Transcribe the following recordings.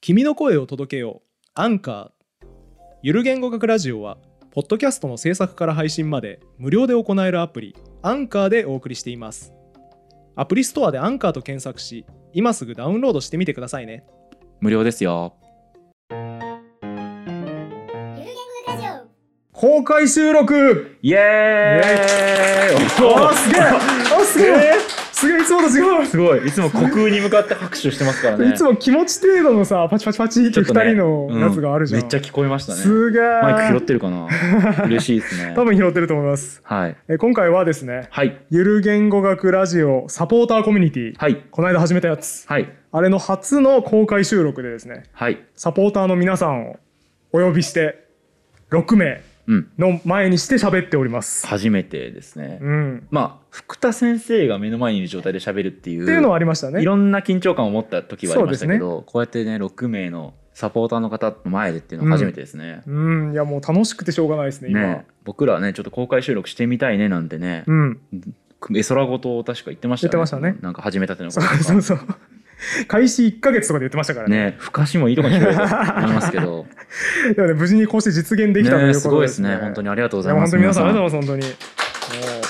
君の声を届けようアンカーゆる言語学ラジオはポッドキャストの制作から配信まで無料で行えるアプリアンカーでお送りしていますアプリストアでアンカーと検索し今すぐダウンロードしてみてくださいね無料ですよゆる言語ラジオ公開収録イエーイあーすげえあすげえ、すげえいつもと違うすごいいつも虚空に向かって拍手してますからねいつも気持ち程度のさパチパチパチってちょ2っとね人のやつがあるじゃん、めっちゃ聞こえましたねすげえマイク拾ってる かな嬉しいですね多分拾ってると思いますはいえ今回はですねはいゆる言語学ラジオサポーターコミュニティ、はいこの間始めたやつはいあれの初の公開収録でですねはいサポーターの皆さんをお呼びして6名うんの前にして喋っております、初めてですねうん、まあ福田先生が目の前にいる状態で喋るっていうっていうのはありましたねいろんな緊張感を持った時はありましたけそどこうやってね6名のサポーターの方の前でっていうのは初めてですねうんいやもう楽しくてしょうがないですね今ね僕らはねちょっと公開収録してみたいねなんてねうんえ空ごとを確か言ってましたよ言っねてましたねなんか始めたてのそ頃うとかそうそう開始1ヶ月とかで言ってましたからねねふかしもいいとこにしてくれたと思いますけどでもね無事にこうして実 現できたといねうすことごいでですね本当にありがとうごいざいやま本す当に皆さんあり皆がとさんうございます本当に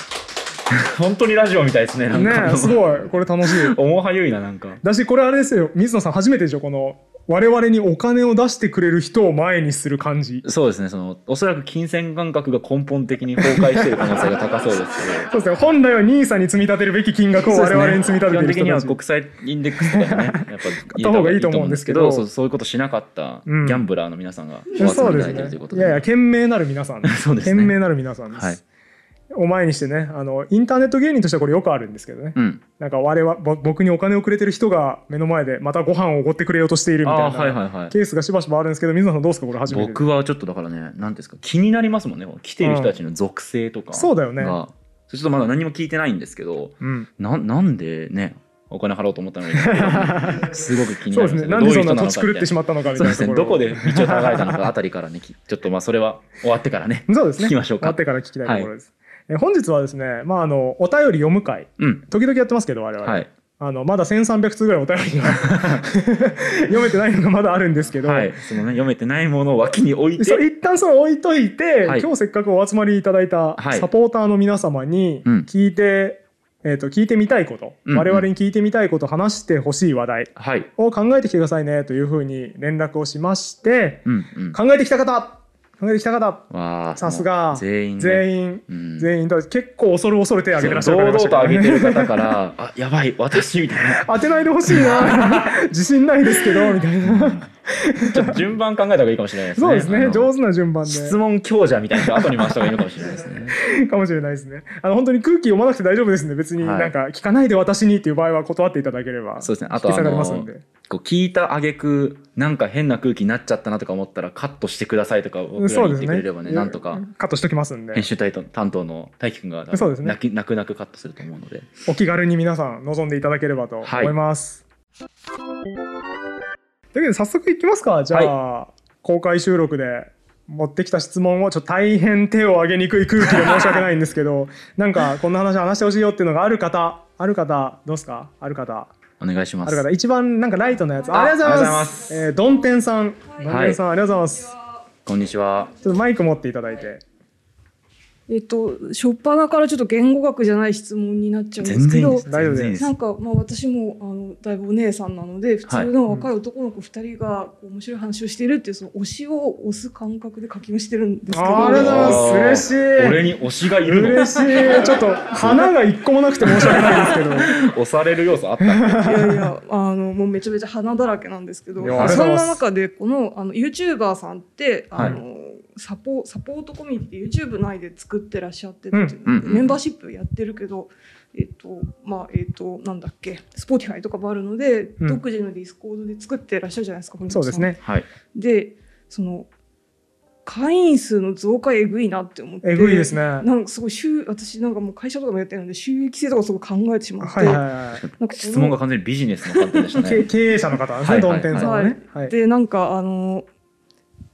本当にラジオみたいですねなんかねすごいこれ楽しい思うはゆいななんかだしこれあれですよ水野さん初めてでしょこの我々にお金を出してくれる人を前にする感じ そうですねそのおそらく金銭感覚が根本的に崩壊している可能性が高そうですけ そうですね本来は NISA に積み立てるべき金額をど我々に積み立ててそうるですね人基本的にはたち、国際インデックスとかねやっぱ入れやった方がいいと思うんですけどそうそういうことしなかったギうんャンブラーの皆さんがお集めいそうでただすいてるというねこといでやいや懸命なる皆さんそうですね懸命なる皆さんです、はいお前にしてねあのインターネット芸人としてはこれよくあるんですけどね、うんなんか我々ぼ僕にお金をくれてる人が目の前でまたご飯をおごってくれようとしているみたあいーはいはないはいケースがしばしばあるんですけど水野さんどうですかこれ初めて僕はちょっとだからね何ですか気になりますもんね来てる人たちの属性とかが、そうだよねちょっとまだ何も聞いてないんですけどうん、ななんでねお金払おうと思った のにすごく気にそなうでりますすねねなんでそんなどういう人のか土地狂ってしまったのかみそたういでなとこすねどろこで道をたらいたのかあたりからねきちょっとまあそれは終わってからねそうですね聞きましょうか終わってから聞きたいところです、え本日はですね、まあ、あのお便り読む会うん時々やってますけど我々、はいあのまだ1300通ぐらいお便りが 読めてないのがまだあるんですけど、はいそのね読めてないものを脇に置いそれて一旦それ置いといて、はい今日せっかくお集まりいただいたはいサポーターの皆様にうん聞いて、えー、と聞いてみたいこと、うんうん我々に聞いてみたいこと話してほしい話題はいを考えてきてくださいねというふうに連絡をしましてうんうん考えてきた方考えてきた方わあさすがもう全員ね全員うん全員だ結構恐る恐る手挙げてらっしゃそうる方堂いらっ々しゃるからねと上げてる方から「あやばい私」みたいな当てないでほしいな自信ないですけどみたいなちょっと順番考えた方がいいかもしれないですね。そうですあねの上手な順番で質問強者みたいな人後に回した方がいいのかもしれないです ね。かもしれないですねあの本当に空気読まなくて大丈夫ですね別にはいなんか聞かないで私にっていう場合は断っていただければそうですね引あきと下がりますんでこう聞いた挙句なんか変な空気になっちゃったなとか思ったらカットしてくださいとか僕らにそう言ですってねくれればねなんとかカットしときますんで編集担当担当の大輝くんがそうですね泣き泣く泣くカットすると思うのでお気軽に皆さん望んでいただければと思はいいます、というわけで早速いきますかじゃあ、公開収録で持ってきた質問をちょっと大変手を挙げにくい空気で申し訳ないんですけどなんかこんな話話してほしいよっていうのがある方ある方どうですかある方お願いしまあする方一番なんかライトなやつあありがとうございありがとうございまますえーどんてんさんどんてんさん、ありがとうございますこんにちはちょっとマイク持っていただいてえっと、初っ端からちょっと言語学じゃない質問になっちゃうんですけいいどです大丈夫全然いいですなんか、まあ、私もあのだいぶお姉さんなので普通の若い男の子2人がこう面白い話をしているっていうその推しを押す感覚で課金をしてるんですけどあーありがとうございます嬉しい俺に推しがいるの嬉しいちょっと花が一個もなくて申し訳ない んですけど押される要素あったんだいやい やあのもうめちゃめちゃ花だらけなんですけどいやありがとそうんございますな中でこのあの YouTuber さんってあの、はサポサポートコミュニティ YouTube 内で作ってらっしゃってうんっていううんのでうんメンバーシップやってるけど。えっとまあえっとなんだっけ Spotify とかもあるので、うん独自のディスコードで作ってらっしゃるじゃないですかそうですねはいでその会員数の増加えぐいなって思ってえぐいですねはなんかすごい収私なんかもう会社とかもやってるので収益性とかすごい考えてしまって、いはいはいなんか質問が完全にビジネスの観点でした けね経営者の方なんですね、はドいンテンさんはね。はいでなんかあの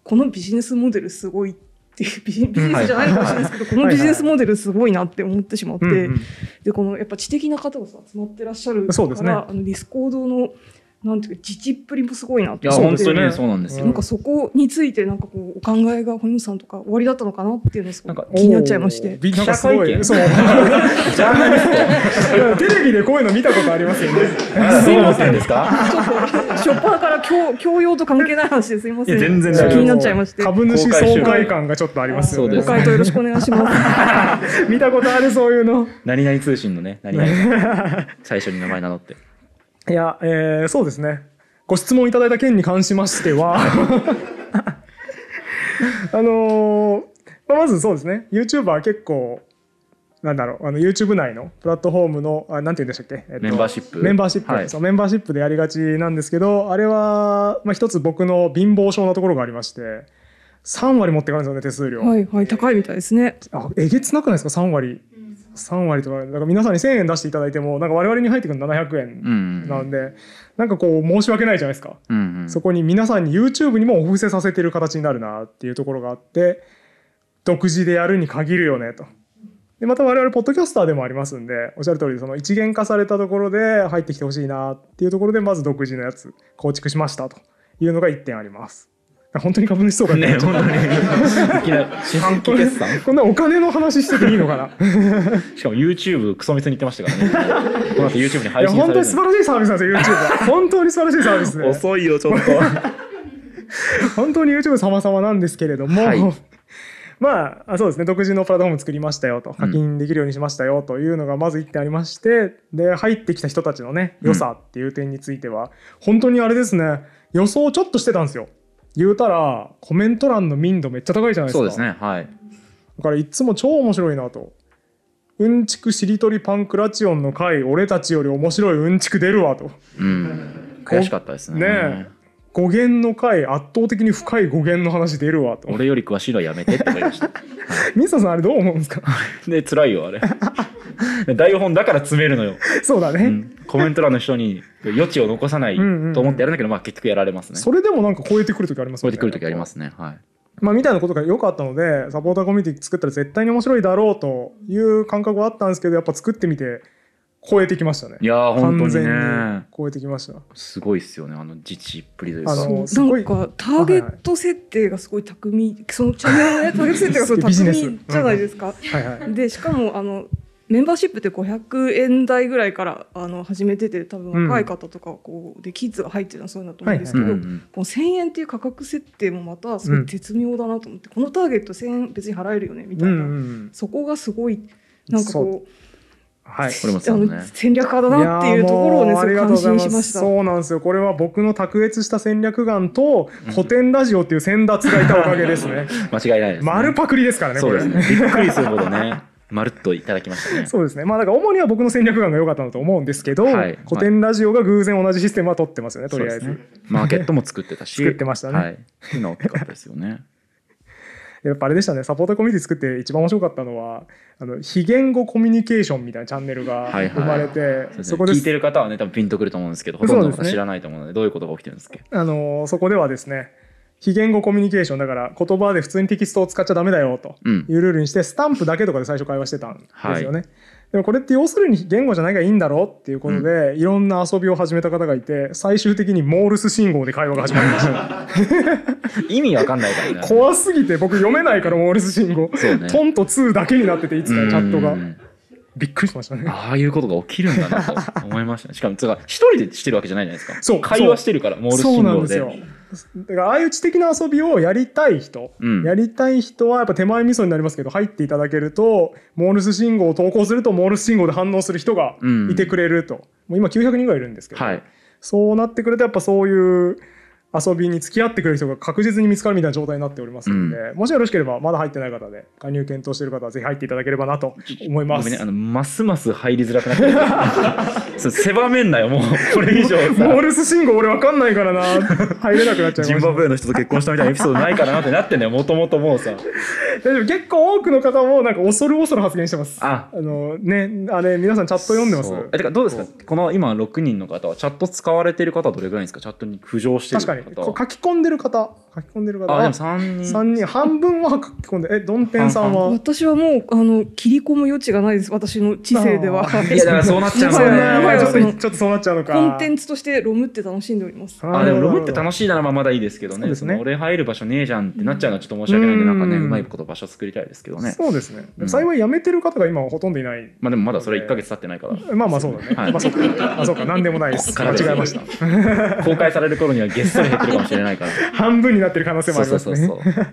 このビジネスモデルすごいっていう ビジビジネスじゃないかもしれないですけど、このビジネスモデルすごいなって思ってしまって、うんうんでこのやっぱ知的な方がさ集まってらっしゃるからそうですねあのディスコードのなんていうか父っぷりもすごいなっいてやそう本です当よにねねそうなんですよ、うなんかそこについてなんかこうお考えが堀本さんとか終わりだったのかなっていうのがすごなんかい気になっちゃいましおーて。びなんかすご記者会い。見 そう。ジャーナリステレビでこういうの見たことありますよね。トすいませんですかちょっと初っ端から教教養と関係ない話ですいません。いや全然ちょ大っと丈夫気になっちゃいまして。ご株主総会感がちょっとありますよね。そうです回答よろしくお願いします。 見たことあるそういうの。何々通信のね何々 最初に名前名乗っていや、えーそうですね。ご質問いただいた件に関しましては、 あのーまあまずそうですね、YouTuber は結構、なんだろう、あの YouTube 内のプラットフォームの、あなんて言うんでしたっけ、えっとメンバーシップメンバーシップ、はいそうメンバーシップでやりがちなんですけどあれは、まあ、一つ僕の貧乏症なところがありまして3割持ってかれるんですよね手数料、はいはい高いみたいですね。あえげつなくないですか3割3割とかなんか皆さんに1,000円出していただいてもなんか我々に入ってくるの700うんう円んなんで、なんかこう申し訳ないじゃないですか、うんうんそこに皆さんに YouTube にもお布施させてる形になるなっていうところがあって独自でやるに限るよねと。でまた我々ポッドキャスターでもありますんでおっしゃる通りその一元化されたところで入ってきてほしいなっていうところでまず独自のやつ構築しましたというのが1点あります。本当に株主総会になっちゃねっ本当た にいきなり四半期決算こんなお金の話してていいのかなしかも YouTube クソミスに言ってましたから ねこの後 YouTube にい配や信さ本れ当るに素晴らしいサービスなんですよ YouTube は本当に素晴らしいサービスで遅いよちょっと 本当に YouTube 様々なんですけれども、はい まああそうですね独自のプラットフォーム作りましたよと課金できるようにしましたよというのがまず1点ありまして、で入ってきた人たちのね良さっていう点については、本当にあれですね予想をちょっとしてたんですよ言うたらコメント欄の民度めっちゃ高いじゃないですかそうですねはいだからいつも超面白いなと。うんちくしりとりパンクラチオンの回俺たちより面白いうんちく出るわとうん悔しかったですねねえ語源の回圧倒的に深い語源の話出るわと俺より詳しいのはやめてって思いましたミサさんあれどう思うんですかで辛いよあれ台本だから詰めるのよ、そうだね、うんコメント欄の人に余地を残さないとうんうん思ってやるんだけど、まあ、結局やられますねそれでもなんか超えてくる時あります超よえてねくる時ありますねはいまあ、みたいなことが良かったのでサポーターコミュニティ作ったら絶対に面白いだろうという感覚はあったんですけどやっぱ作ってみて超えてきましたねいやー本当完に全にね超えてきましたすごいっすよねあの父っぷりというかあのそうすごいなんかターゲット設定がすごい巧み、そのチャンネルのねターゲット設定がすごい ビジネス巧みじゃないですか。はいはいでしかもあのメンバーシップって500円台ぐらいからあの始めてて多分若い方とかこう、でキッズが入ってるのはそういうのだと思うんですうけんうど、はんいはうんこの1,000円っていう価格設定もまたすごい絶妙だなと思って、このターゲット1,000円別に払えるよねみうたいんな、うんそこがすごいなんかそこうはいこれもあそうのね戦略家だなっていうところをいねやーもうすごいありがとう感ござ心いましすました。そうなんですよこれは僕の卓越した戦略眼と古典ラジオっていう先達がいたおかげです ね間違いないです、ね、丸パクリですからねそこうれですねびっくりするほどねまるっといただきました ね そうですねまあだから主には僕の戦略眼が良かったんだと思うんですけど、はい古典ラジオが偶然同じシステムは取ってますよねとりあえず、そうですねマーケットも作ってたし作ってましたねはいっていうのは大きかったですよ ねやっぱあれでしたねサポーターコミュニティ作って一番面白かったのはあの非言語コミュニケーションみたいなチャンネルがはいはい生まれそうて、ですそねこで聞すいてる方はね多分ピンとくると思うんですけどほとんどのそう方ですね知らないと思うのでどういうことが起きてるんですっけあのそこではですね非言語コミュニケーションだから言葉で普通にテキストを使っちゃダメだよとうんいうルールにしてスタンプだけとかで最初会話してたんですよね、はでもこれって要するに言語じゃないがいいんだろうっていうことで、いろんな遊びを始めた方がいて最終的にモールス信号で会話が始まりました意味わかんないからね怖すぎて僕読めないからモールス信号、そうねトンと2だけになってていつかチャットうがんびっくりしましたねああいうことが起きるんだなと思いましたねしかもつうか一人でしてるわけじゃないじゃないですかそう会話してるからモールそう信なん号ですでよだからああいう知的な遊びをやりたい人、うんやりたい人はやっぱ手前味噌になりますけど入っていただけるとモールス信号を投稿するとモールス信号で反応する人がいてくれると、もう今900人ぐらいいるんですけど、はいそうなってくるとやっぱそういう遊びに付き合ってくれる人が確実に見つかるみたいな状態になっておりますので、もしよろしければまだ入ってない方で加入検討している方はぜひ入っていただければなと思ごいまめんす。ねあのますます入りづらくなって るそう狭めんなよもうこれ以上モーさルス信号俺わかんないからな入れなくなっちゃいましジたンバブエの人と結婚したみたいなエピソードないからなってなってんだよもともともうさ大丈夫結構多くの方もなんか恐る恐る発言してますあのねあれ皆さんチャット読んでますそうえてかどうですかこの今6人の方はチャット使われてる方はどれぐらいですかチャットに浮上してる方確かはにこう書き込んでる方書き込んでる方あであも3人三人半分は書き込んでえドンペンさんは私はもうあの切り込む余地がないです私の知性ではあーいやだからそうなっちゃうんだよねやばいやばいちょっとそうちょっとそうなっちゃうの かコンテンツとしてロムって楽しんでおりますあーあでもロムってなる楽しいならまあまだいいですけどそうねですねその俺入る場所ねえじゃんってなっちゃうのはちょっと申し訳ないんで、うんなんかねううんまいこと場所作りたいですけどほどねそうですねうん幸い辞めてる方が今はほとんどいないまあでもまだそれ1か月経ってないからまあまあそうだね、はいまあそうかあそうか何でもないですこっから間です違えまし た公開される頃にはげっそり減ってるかもしれない から半分になってる可能性そもあうりそまうすそねうそう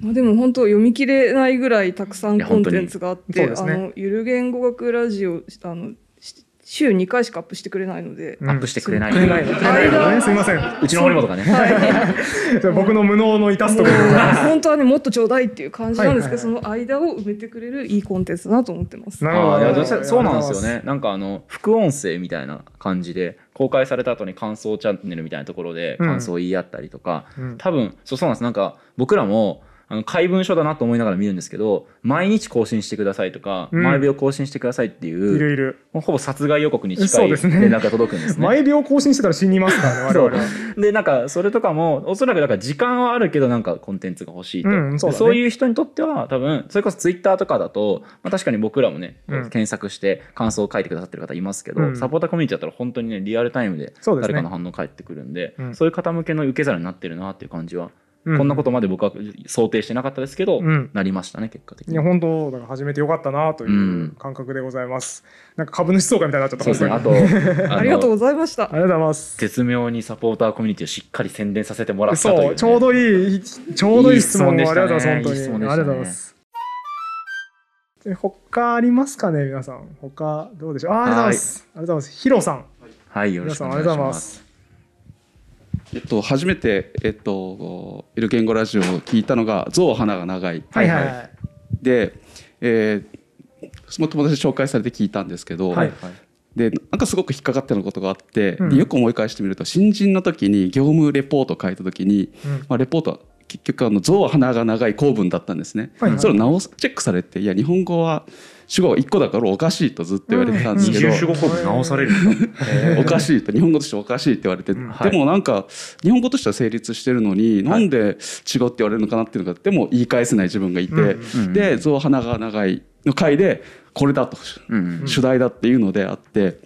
まあ、でも本当読み切れないぐらいたくさんいやコン本当にテンツがあっそうて、ですあねのゆる言語学ラジオあのし週2回しかアップしてくれないので、うんアップしてくれないくれないのくれないのねすいませんうちの堀本がねはい、じゃあ僕の無能の致すもとうころでご ざいま本当はねもっとちょうだいっていう感じなんですけど、はいその間を埋めてくれるいいコンテンツだなと思ってますす。なるほどあなーいるやどほどうせそうなんですよねなんかあの副音声みたいな感じで公開された後に感想チャンネルみたいなところでうん感想を言い合ったりとか、うん多分そうそうなんですなんか僕らもあの怪文書だなと思いながら見るんですけど毎日更新してくださいとか、うん毎秒更新してくださいっていいうるいるほぼ殺害予告に近そいうで連すね絡が届くんですね。毎秒更新してたら死にますからね我そう々はでなんかそれとかもおそらくだから時間はあるけどなんかコンテンツが欲しいと、うんそうだねいう人にとっては多分それこそツイッターとかだと、まあ、確かに僕らもね、うん検索して感想を書いてくださってる方いますけど、うんサポーターコミュニティだったら本当にねリアルタイムでそうですね誰かの反応返ってくるんでそううんいう方向けの受け皿になってるなっていう感じは、うこんなことまで僕は想定してなかったですけど、うんなりましたね結果的いにや。本当だから始めてよかったなといううん感覚でございます、なんか株主総会みたいになっちゃったそうですねあ本当とに あのありがとうございました。ありがとうございます絶妙にサポーターコミュニティをしっかり宣伝させてもらったというね、そうちょうどいいちょうどいい質問をいい質問であしりたねがとうございます本当いい質に問でしあたねりがとうございますで他ありますかね皆さん他どうでしょうあありがとうございますありがとうございますヒロさんはいよろ皆しくさおんあ願いりがしとうございま。ますすえっと、初めて、えっと、ゆる言語ラジオを聞いたのが「象花が長い」はいはいはいで、えーその友達に紹介されて聞いたんですけど、はいはいでなんかすごく引っかかってることがあって、うんでよく思い返してみると新人の時に業務レポート書いた時に、うんまあ、レポートは結局あの「象花が長い」構文だったんですね。はいはいそれを直すチェックされて「いや日本語は主語が1個だからおかしい」とずっと言われてたんです二けど、重主語構文直されるんだ お かしいと日本語としておかしいって言われて、うんはいでもなんか日本語としては成立してるのに、はいなんで違うって言われるのかなっていうのがでも言い返せない自分がいて、うんうんで「象鼻が長い」の回でこれだと、うん主題だっていうのであって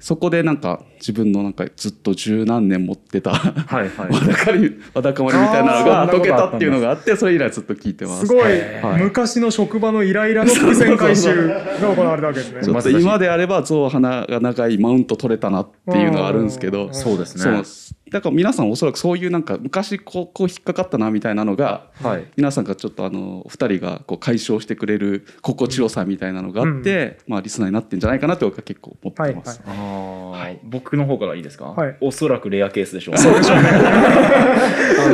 そこでなんか自分のなんかずっと十何年持ってたわはいはい。だかりわだかまりみたいなのあーそがんなこと解けたっていうのがあってそれ以来ずっと聞いてますす。ごい、はい昔の職場のイライラの伏線回収が行われたわけですねちょっと今であれば象鼻が長いマウント取れたなっていうのがあるんですけうどんそうですね。そうなんですだから皆さんおそらくそういうなんか昔こうこう引っかかったなみたいなのがはい。皆さんがちょっとあのお二人がこう解消してくれる心地よさみたいなのがあって、まあ、リスナーになってんじゃないかなと僕は結構思ってます。あー僕の方からいいですか、はいおそらくレアケースでしょうね。そうでしょう ね。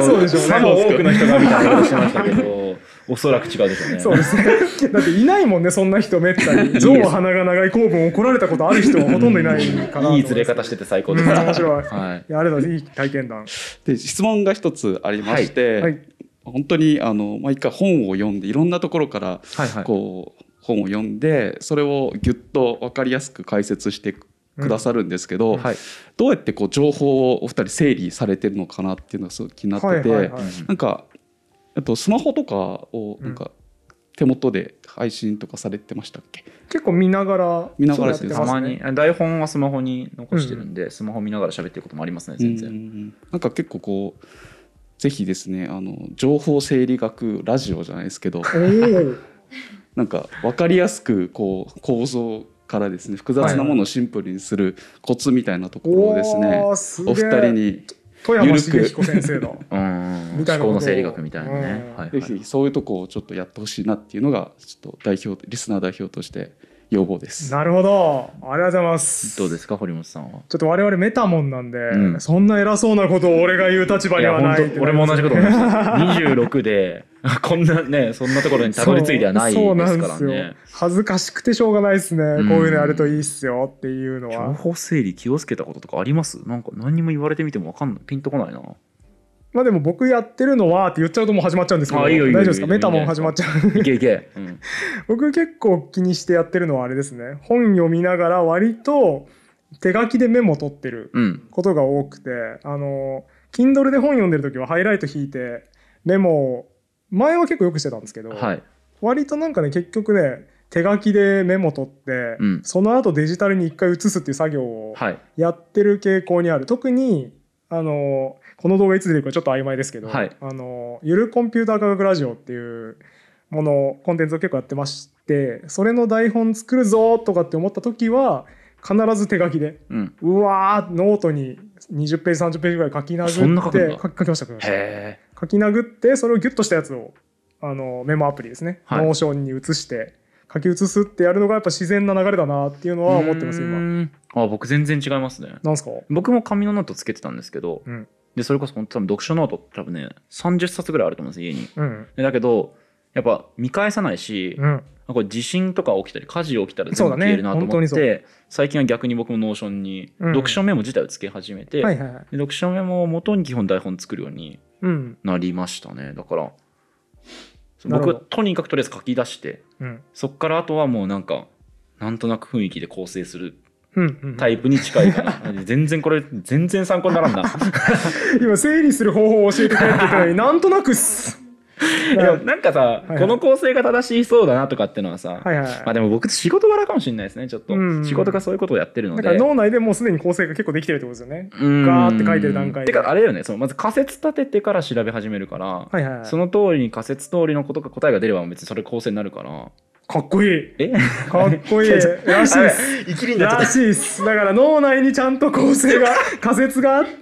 そうでしょうねさも多くの人がみたいなことしてましたけど、おそらく違うでしょうね。そうですね。だっていないもんね、そんな人めった に。象鼻が長い公文怒られたことある人はほとんどいないかなと思ます。いいずれ方してて最う高ん。です。面白い。はい。いやあれだ、いい体験談。で質問が一つありまして、はい。本当にあの毎回本を読んでいろんなところからはいはい。こう本を読んでそれをぎゅっと分かりやすく解説してくださるんですけど、はい。どうやってこう情報をお二人整理されてるのかなっていうのがすごく気になってて。はいはいはいなんかあとスマホとかをなんか手元で配信とかされてましたっけ、結構見ながら、見ながらそうやったてまますねに。台本はスマホに残してるんで、スマホ見ながら喋ってることもありますね、全うんう然。んうんなんか結構こうぜひですねあの情報整理学ラジオじゃないですけど なんか分かりやすくこう構造からですね複雑なものをシンプルにするコツみたいなところおをですね、おーすげえお二人に富山茂彦先生だ。 うん。み思たいなこと考の整理学みたいなうねん。はい、はぜひぜい。ひそういうとこをちょっとやってほしいなっていうのがちょっと代表リスナー代表として要望です。なるほど。ありがとうございます。どうですか、堀本さんは。ちょっと我々メタモンなんで、うんそんな偉そうなことを俺が言う立場いにやはない本当俺も同じこと思いま した26でこんなねそんなところにたどり着いてはないですからそうそうなんねですよ恥ずかしくてしょうがないですね、んこういうのやるといいっすよっていうの情は報整理気をつけたこととかありますなんか何にも言われてみてもわかんないピンとこないなまあでも僕やってるのはって言っちゃうともう始まっちゃうんですけどあいいよいいよ大丈夫ですかいいよメタモン始まっちゃういけいけ、 うん、僕結構気にしてやってるのはあれですね本読みながら割と手書きでメモ取ってるうんことが多くてあの Kindle で本読んでる時はハイライト引いてメモを前は結構よくしてたんですけど、はい割となんかね結局ね手書きでメモ取って、うんその後デジタルに一回移すっていう作業をはいやってる傾向にある特にあのこの動画いつ出るかちょっと曖昧ですけど、はいあのゆるコンピューター科学ラジオっていうものコンテンツを結構やってましてそれの台本作るぞとかって思った時は必ず手書きでうんうわーノートに20ページ30ページぐらい書きそんな書く殴っんてだ書き書きました書きましたへえ書き殴ってそれをギュッとしたやつをあのメモアプリですね、はいノーションに移して書き写すってやるのがやっぱ自然な流れだなっていうのは思ってます今。あ僕全然違いますねなんすか僕も紙のノートつけてたんですけど、うんでそれこそ本当多分読書ノートって多分ね30冊ぐらいあると思うんです家にうんでだけどやっぱ見返さないし、うんこれ地震とか起きたり火事起きたら全部そうだね消えるなと思本っ当にて、最近は逆に僕もノーションにうん読書メモ自体をつけ始めて、はいはいはいで読書メモを元に基本台本作るようにうんなりましたねだからな僕るほどはとにかくとりあえず書き出してうんそっからあとはもうなんかなんとなく雰囲気で構成するうんうんタイプに近いかな 全然これ全然参考にならんな今整理する方法を教えてくれって言ったの になんとなくっすいやなんかさ、はいこの構成が正しそうだなとかってのはさ、はいはいはいまあでも僕仕事柄かもしれないですねちょっと、うん仕事がそういうことをやってるのだでから脳内でもうすでに構成が結構できてるってことですよねガガーって書いてる段階でてかあれだよねそのまず仮説立ててから調べ始めるから、はいはいはいその通りに仮説通りのことが答えが出れば別にそれ構成になるからかっこいい えかっこいい違う違らしいっす生きりらしいっすだから脳内にちゃんと構成 が仮説があって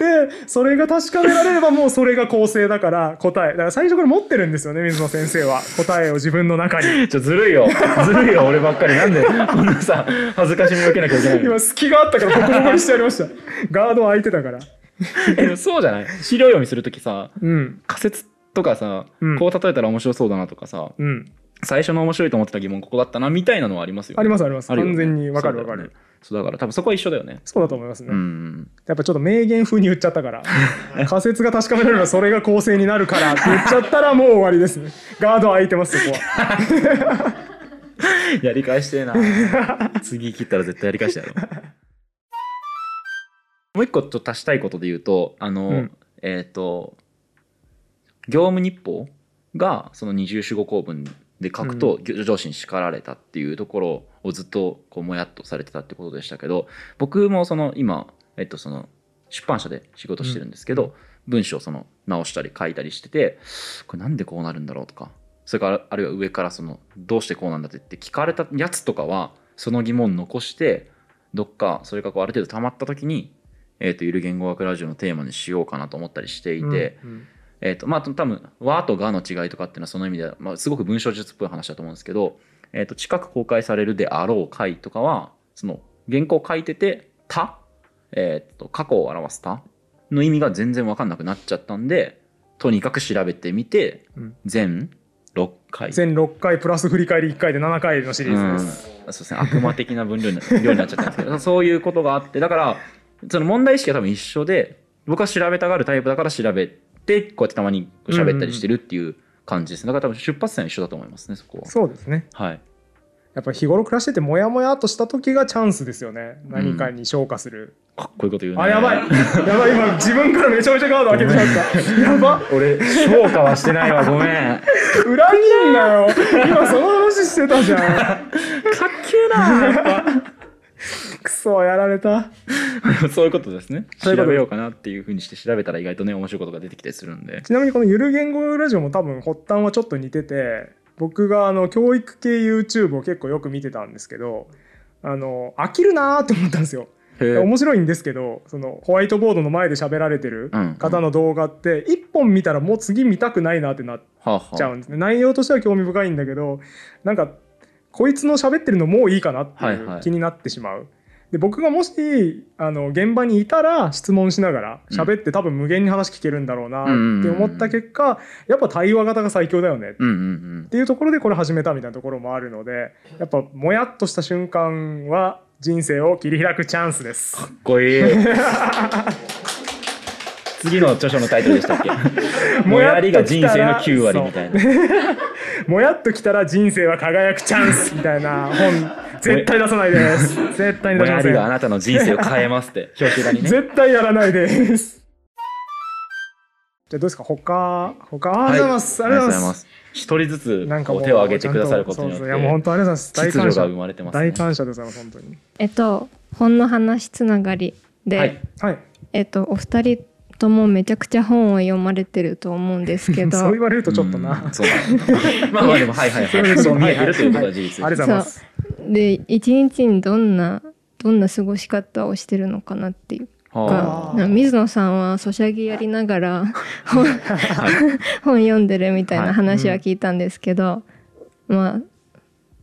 それが確かめられればもうそれが構成だから答えだから最初から持ってるんですよね水野先生は答えを自分の中にちょず るいよずるいよ俺ばっかりなんで こんなさ恥ずかしみ受けなきゃいけないの今隙があったからボコボコにしてやりましたガード空いてたからえそうじゃない資料読みするときさうん仮説とかさ、うんこう例えたら面白そうだなとかさうん最初の面白いと思ってた疑問ここだったなみたいなのはありますよね、ありますありますあるよね完全にわかるそうわだよかねるそうだから多分そこは一緒だよねそうだと思いますね、うんやっぱちょっと名言風に言っちゃった から仮説が確かめられればそれが構成になるからって言っちゃったらもう終わりですねガード空いてますそこは やり返してえ な次切ったら絶対やり返してやろうもう一個ちょっと足したいことで言うとあの、うんえっ、と業務日報がその二重守護公文で書くと、上司に叱られたっていうところをずっとこうもやっとされてたってことでしたけど僕もその今、えっと、その出版社で仕事してるんですけど、文章をその直したり書いたりしててこれなんでこうなるんだろうとかそれからあるいは上からそのどうしてこうなんだって言って聞かれたやつとかはその疑問残してどっかそれがこうある程度溜まった時に、えー、とゆる言語学ラジオのテーマにしようかなと思ったりしていて、うんえーとまあ、多分和とがの違いとかっていうのはその意味では、まあ、すごく文章術っぽい話だと思うんですけど、えー、と近く公開されるであろう回とかはその原稿を書いてて「た」えーと過去を表す「た」の意味が全然分かんなくなっちゃったんでとにかく調べてみて、うん全6回全6回プラス振り返り1回で7回のシリーズです、うん、そうですね悪魔的な分量にな量になっちゃったんですけど そういうことがあってだからその問題意識が多分一緒で僕は調べたがるタイプだから調べてこうやってたまにこう喋ったりしてるっていう感じですねだから多分出発点は一緒だと思いますねそこは。そうですねはい、やっぱ日頃暮らしててモヤモヤっとした時がチャンスですよね何かに消化する、かっこいいこと言うねあやばいやばい今自分からめちゃめちゃガード開けてしまったやば俺消化はしてないわごめんかっ裏切んなよ今その話してたじゃんけえなクソやられた そういうことですねそ調ういうことべようかなっていうふうにして調べたら意外とね面白いことが出てきたりするんでちなみにこのゆる言語ラジオも多分発端はちょっと似てて僕があの教育系 YouTube を結構よく見てたんですけどあの飽きるなーって思ったんですよ面白いんですけどそのホワイトボードの前で喋られてるうんうん方の動画って一本見たらもう次見たくないなってなっはあはちゃうんですね内容としては興味深いんだけどなんかこいつの喋ってるのもういいかなってはいいはうい気になってしまう。で僕がもしあの現場にいたら質問しながらうん喋って多分無限に話聞けるんだろうなっうんうんうんて思った結果やっぱ対話型が最強だよねっうんうんていうところでこれ始めたみたいなところもあるのでやっぱもやっとした瞬間は人生を切り開くチャンスで す。うんかっこいい次の著書のタイトルでしたっ けもやりが人生の9割みたいな。もやっときたら人生は輝くチャンスみたいな本絶対出さない です絶対 にも出しやりませがあん なたの人生を変えますって、表紙裏にね。絶対やらないですじゃあどうですか他他あはいありがとうございます、ありありがとがとうございまうございますす。一人ずつなんかこもうう手を挙げてくださることによっそうそうていやもう本当ありがとうございま 秩す大序が感謝生まれてますね大感謝でございます本当にえっと本の話つながりで、はいはいえっとお二人ともめちゃくちゃ本を読まれてると思うんですけ どそう言われるとちょっとな、うんそうだ ねまあまあでもはいはいはいそう見えてるということは事実ありですがとうございますで一日にどんなどんな過ごし方をしてるのかなっていうはかな水野さんはソシャゲやりながら 本 本読んでるみたいな話は聞いたんですけど、まあ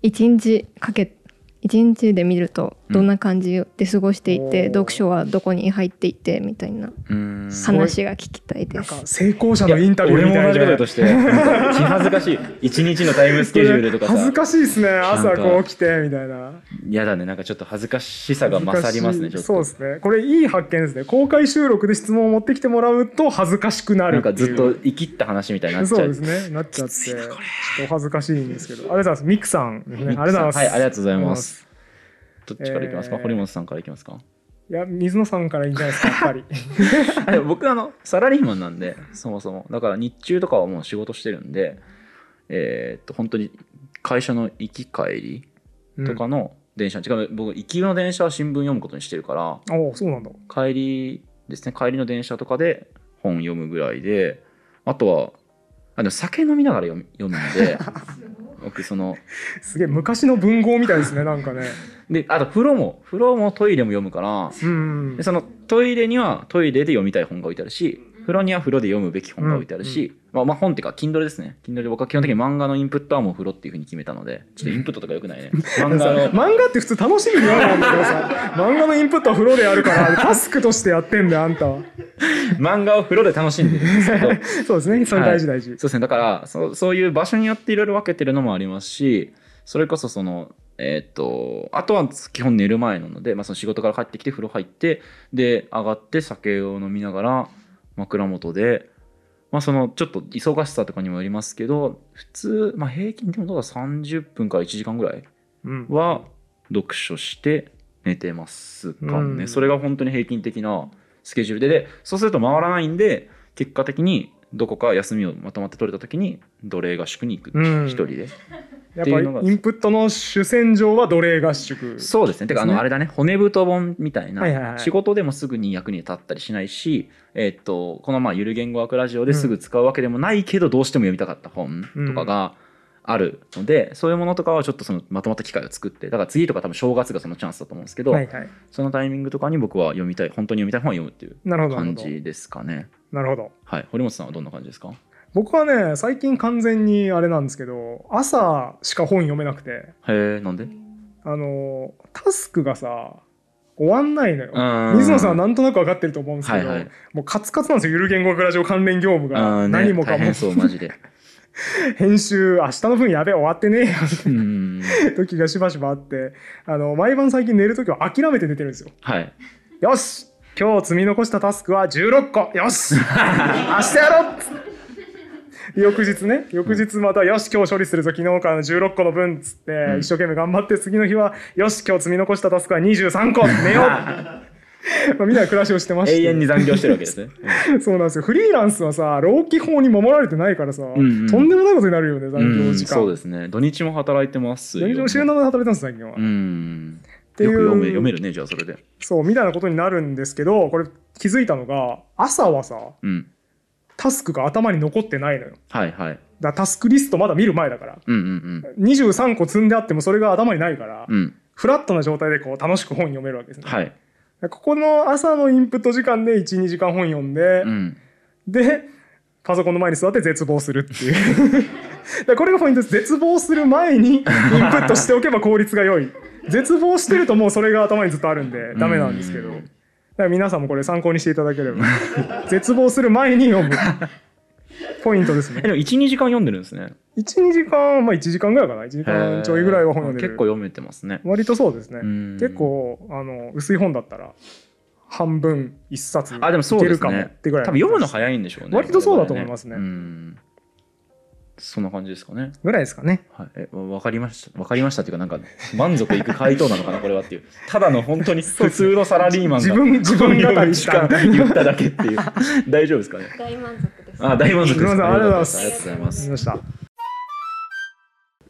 一日かけ一日で見るとどんな感じで過ごしていて、うん読書はどこに入っていてみたいなあうんすごい話が聞きたいなでんす。か成功者のインタビューみ俺もた同いじでこととして本当気恥ずかしい一日のタイムスケジュールとか恥ずさかしいですね朝なこんうか起きてみたいな嫌だねなんかちょっと恥ずかしさが勝りますねちょっそうとですねこれいい発見ですね公開収録で質問を持ってきてもらうと恥ずかしくななるんっていかうずっと生きった話みたいになっちそゃううですねなっちゃってちょっとお恥ずかしいんですけどありがとうございますミクさんですねミクさんありがとうございますはいありがとうございますどっちからいきますか、えー堀本さんからいきますかいや水野さんからいいんじゃないですかやっぱりあでも僕あのサラリーマンなんでそもそもだから日中とかはもう仕事してるんでえーっと本当に会社の行き帰りとかの電車、違う僕行きの電車は新聞読むことにしてるからうんおおそうなんだ帰りですね帰りの電車とかで本読むぐらいであとはあでも酒飲みながら読む読むん で僕そのすげえ昔の文豪みたいですねなんかねであと風呂も風呂もトイレも読むからうんでそのトイレにはトイレで読みたい本が置いてあるし風呂には風呂で読むべき本が置いてあるし、まあ、まあ本っていうか Kindle ですね Kindle で僕は基本的に漫画のインプットはもう風呂っていうふうに決めたのでちょっとインプットとかよくない ね漫画の漫画って普通楽しみにあるもんだけどさ漫画のインプットは風呂でやるからタスクとしてやってんだよあんた は漫画を風呂で楽しんでるんですけどそうですねそれ大事大事、そうですねだからそそういう場所によっていろいろ分けてるのもありますしそれこそそのえーっとあとは基本寝る前なので、まあ、その仕事から帰ってきて風呂入ってで上がって酒を飲みながら枕元で、まあ、そのちょっと忙しさとかにもよりますけど普通、まあ、平均でもどうだ30分から1時間ぐらいうんは読書して寝てますかね、うんそれが本当に平均的なスケジュールででそうすると回らないんで結果的にどこか休みをまとまって取れた時に奴隷合宿に行く、うん一人でやっってぱいうのがりインプットの主戦場は奴隷合宿そうですねてかあですのねあれだね骨太本みたいな、はいはいはい仕事でもすぐに役に立ったりしないし、えっとこのまあゆる言語学ラジオですぐ使うわけでもないけどどうしても読みたかった本とかがあるので、そういうものとかはちょっとそのまとまった機会を作ってだから次とか多分正月がそのチャンスだと思うんですけど、はいはいそのタイミングとかに僕は読みたい、本当に読みたい本を読むっていうなるほどなる感ほどじですかね。なるほどはい、堀本さんはどんな感じですか。僕はね最近完全にあれなんですけど朝しか本読めなくてへえ、なんで。あのタスクがさ終わんないのようん水野さんはなんとなく分かってると思うんですけど、はいはいもうカツカツなんですよゆる言語学ラジオ関連業務あがーね何もか大も変そう、マジ で。編集明日の分やべえ終わってねえようん、時がしばしばあってあの毎晩最近寝る時は諦めて寝てるんですよはい。よし今日積み残したタスクは16個よ し明日やろうっつって翌日ね翌日また、よし今日処理するぞ昨日からの16個の分っつって、ん一生懸命頑張って次の日はよし今日積み残したタスクは23個 寝ようまあみんな暮らしをしてまして永遠に残業してるわけですね。そうなんですよフリーランスはさ労基法に守られてないからさ、んうんとんでもないことになるよねう 残業ん、時間、そうですね。土日も働いてますよ、残業週7で働いてます最近は、うん。ていようく読め、読めるね、じゃあ、それで。そうみたいなことになるんですけどこれ気づいたのが朝はさうん。タスクが頭に残ってないのよはい、はい。だからタスクリストまだ見る前だからうん、うん、 23個積んであってもそれが頭にないから、うん。うん。フラットな状態でこう楽しく本読めるわけですね、はい。ここの朝のインプット時間で12時間本読んで、うん。でパソコンの前に座って絶望するっていう だからこれがポイントです絶望する前にインプットしておけば効率が良い絶望してるともうそれが頭にずっとあるんでダメなんですけどうだんから皆さんもこれ参考にしていただければ絶望する前 に読むポイントですえ、ねでも、一二時間読んでるんですね。 12時間まあ1時間ぐらいかな1時間ちょいぐらいは本読んでる結構読めてますね。割とそうですねうん結構あの薄い本だったら半分1冊いあ、でも、そうけでるすかもっね。てぐらい多分読むの早いんでしょうね。割とそうだと思いますね我々うん。そんな感じですかね。ぐらいですかねはい、え、わわかりました。わかりましたっていうか、なんか満足いく回答なのかな、これはっていう。ただの本当に普通のサラリーマンが自分自分語りし 時間た言っただけっていう。大丈夫ですかね。 大満足ですあ大満足です。ごめんなさいありがとうございますありがとうございます。ました。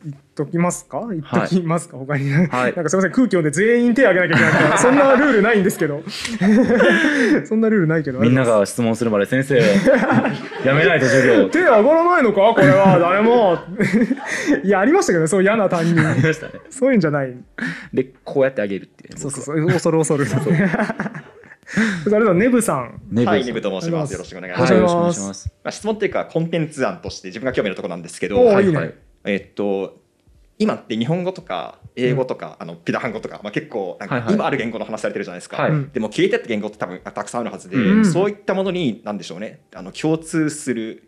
言っときますか言っときますか、他に。なんはいかすみません、空気読んで全員手挙げなきゃいけないから、そんなルールないんで すけど。 そんなルールないけど。みんなが質問するまで先 生やめないと授業。手上がらないのかこれは、誰も。 いや、ありましたけどね、そう嫌な担あり任。ましたね。そういうんじゃない。でこうやってあげるっていうね。そうそうそう、恐る恐る。それでは、ネブさん。ネブはい、ニブと申します。ありがよろしくお願いしはまいす。よまろしくお願いします。あ、質問っていうか、コンテンツ案として自分が興味のところなんですけおど、ーはいいねはいえっと、今って日本語とか英語とか、あのピダハン語とか、まあ、結構なんはいかはい今ある言語の話されてるじゃないですか、はいうんでも消えてった言語って多分たくさんあるはずで、うんそういったものに何でしょうねあの共通する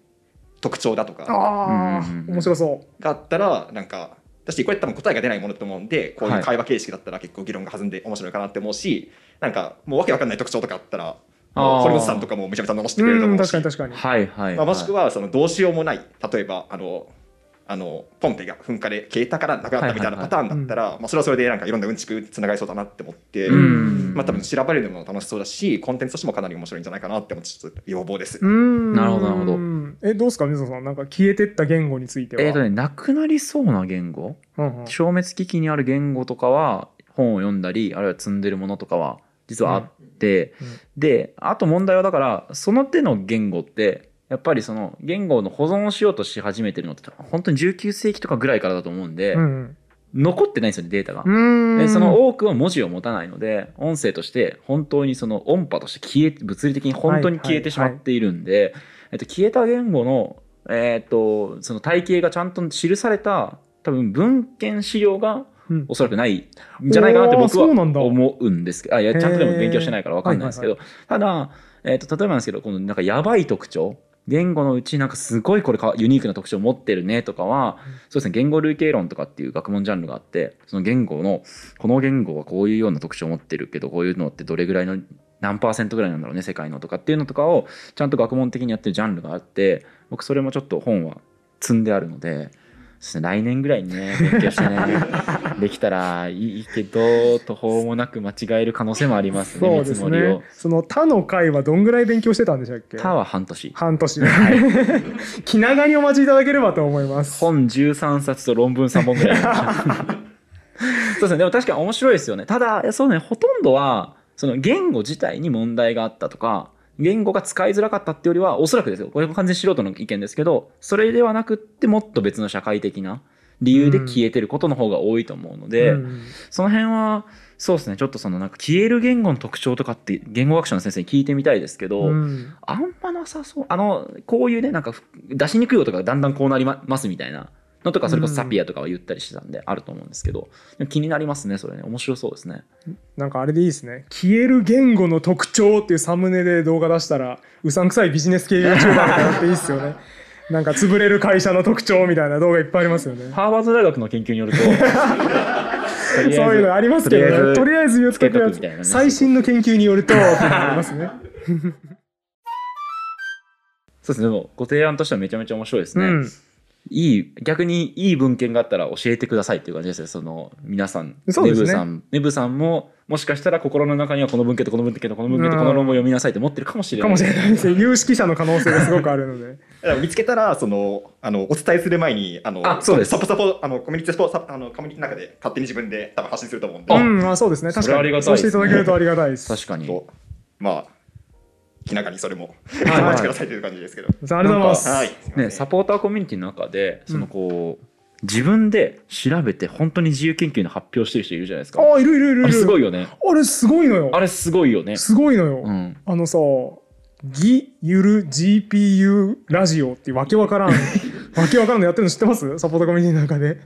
特徴だとかあうんあうん、うん面白そう。があったらなんか私これ多分答えが出ないものと思うんでこういはうい会話形式だったら結構議論が弾んで面白いかなって思うし、なんかもうわけわかんない特徴とかあったらあー堀本さんとかもめちゃめちゃ罵してくれるとうん、思う確しかに確かに。はいはい。まあ、もしくはそのどうしようもない例えばあのあのポンペが噴火で消えたからなくなったみたいなはいはいはパいターンだったら、まあ、それはそれでなんかいろんなうんちくつながりそうだなって思って、うんまあ、多分調べるのも楽しそうだしコンテンツとしてもかなり面白いんじゃないかなって思ってちょっと要望です。うんなるほどなるほどえ、どうですか、水野さん、なんか消えてった言語については。えっとねなくなりそうな言語、うんうん消滅危機にある言語とかは本を読んだりあるいは積んでるものとかは実はあって、うんうんであと問題はだからその手の言語ってやっぱりその言語の保存をしようとし始めてるのって本当に19世紀とかぐらいからだと思うんで、うん残ってないんですよねデータが。うん、うーでんその多くは文字を持たないので音声として本当にその音波として消え物理的に本当に消えてしまっているんで、えっと、消えた言語の,、えっとその体系がちゃんと記された多分文献資料がうんおそらくないんじゃないかなって僕はおーそうなんだ思うんですけどあいやちゃんとでも勉強してないから分かんないですけど、へただ、えっと例えばなんですけどこのなんかやばい特徴言語のうちなんかすごいこれかユニークな特徴を持ってるねとかは、そうですね言語類型論とかっていう学問ジャンルがあってその言語のこの言語はこういうような特徴を持ってるけどこういうのってどれぐらいの何パーセントぐらいなんだろうね世界のとかっていうのとかをちゃんと学問的にやってるジャンルがあって僕それもちょっと本は積んであるので。そうですね来年ぐらいに ね勉強してねできたらいいけど途方もなく間違える可能性もありますねそう見で積すもりねを。その他の会はどんぐらい勉強してたんでしたっけ他は半年半年 気長にお待ちいただければと思います本13冊と論文3本ぐ らいありましたそうですねでも確かに面白いですよねただそうねほとんどはその言語自体に問題があったとか言語が使いづらかったっていうよりはおそらくですよこれも完全に素人の意見ですけどそれではなくってもっと別の社会的な理由で消えてることの方が多いと思うので、うんその辺はそうですねちょっとそのなんか消える言語の特徴とかって言語学者の先生に聞いてみたいですけど、うんあんまなさそう。あの、こういうね、なんかふ、出しにくい音がだんだんこうなりまますみたいなのとか、それこそサピアとかは言ったりしてたんで、あると思うんですけど、でも気になりますね、それね。面白そうですね。なんかあれでいいですね消える言語の特徴っていうサムネで動画出したらうさんくさいビジネス系 YouTuber とかやっていいっすよ ねなんか潰れる会社の特徴みたいな動画いっぱいありますよねハーバード大学の研究によ ると、そうそういうのありますけとりあえどねずとりあえず言っとくやつけとくみたいなねつ最新の研究によるとっていうのがありま すねそうですね、でもご提案としてはめちゃめちゃ面白いですうね。んいい、逆にいい文献があったら教えてくださいっていう感じですね、その、皆さん、そうでネすねブさん、ネブさんも、もしかしたら心の中にはこの文献とこの文献とこの文献とこの論文を読みなさいって持ってるかもしれなかい。もしれないですね有識者の可能性がすごくあるのでだから見つけたらそのあのお伝えする前にあのあそうですサポサポあのコミュニティスポサあのコミュニティの中で勝手に自分で多分発信すると思うんで、うん、あそうですね。それ確かに。ありがたそいうですしてねいただけるとありがたいです。確かに。とまあ気長にそれもいはいお待ちくださいという感じですけど。さあありがとうございまはす。い、すいませんね、サポーターコミュニティの中でそのこう、自分で調べて本当に自由研究の発表してる人いるじゃないですか。ああ、いるいるいるいあれる。すごい。いよね。あれすごいのよ。あれすごいよね。すごいのよ。うん、あのさ、ギゆる GPU ラジオっていうわけわから ん。わけわからんのやってるの知ってますサポートコミュニティの中で。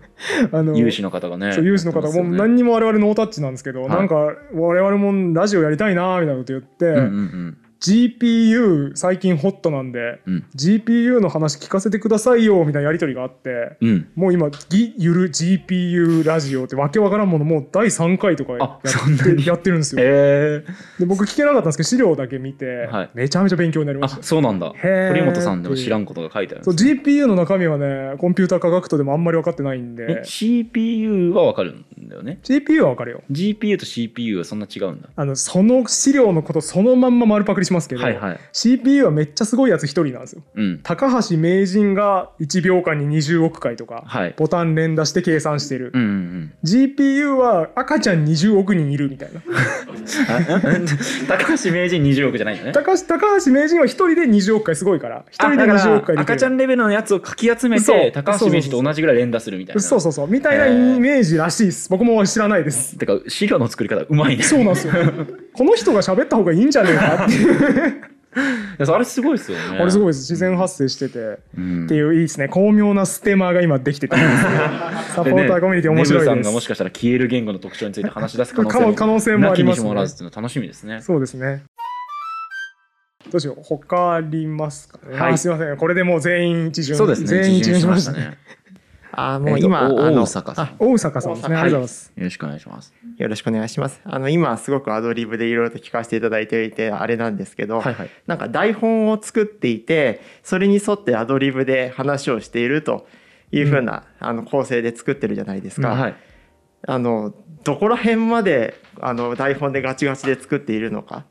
あの有志の方がね。そう有志の方、やってもうますよね何にも我々ノータッチなんですけど、はいなんか我々もラジオやりたいなーみたいなこと言って、うんうんうん。 GPU 最近ホットなんで、うん GPU の話聞かせてくださいよみたいなやり取りがあって、うん。もう今ギゆる GPU ラジオってわけわからんものもう第3回とかやあってそんなにやってるんですよえで僕聞けなかったんですけど資料だけ見て、はいめちゃめちゃ勉強になー、りあましたそうなんだ。ー堀本さんでも知らんことが書いてあるんそでうす GPU の中身はねコンピューター科学とでもあんまり分かってないんねで CPU はわかるんだよね GPU はわかるよ GPU と CPU はそんな違うんだあのその資料のことそのまんま丸パクリしますけど、はいはい CPU はめっちゃすごいやつ一人なんですようん高橋名人が1秒間に20億回とか、はいボタン連打して計算してる、うんうんうん、 GPU は赤ちゃん20億人いるみたいなあ ん高橋名人20億じゃないよね高橋高橋名人は一人で20億回すごいから一人あでだから20億回できる赤ちゃんレベルのやつをかき集めそうて高橋名人と同じぐらい連打するみたいなそうそうそうみたいへなーイメージらしいです僕も知らないですてか資料の作り方うまいねそうなんですよこの人が喋った方がいいんじゃねえ かっていういやあれすごいですよねあれすごいです自然発生しててうんっていういいですね巧妙なステマが今できてて サポーターコミュニティ面白ねネブいさんでがもすしかしたら消える言語の特徴について話し出す可能性かもも可能 性もありなきにますねしもあらずっていうのは楽しみですね。そうですね。どうしよう、他ありますかね。はいあすみません、これでもう全員一巡。そうですね。全員一巡しましたね。ね。あーももうう今、今、えーとあお大の阪さん。よ大阪さんですね。ありがとはいうございます。ろしくお願いします。よろしくお願いします。あの今すごくアドリブでいろいろと聞かせていただいていてあれなんですけど、はいはい。なんか台本を作っていてそれに沿ってアドリブで話をしているというふうな、あの構成で作ってるじゃないですか。はい。あのどこら辺まであの台本でガチガチで作っているのか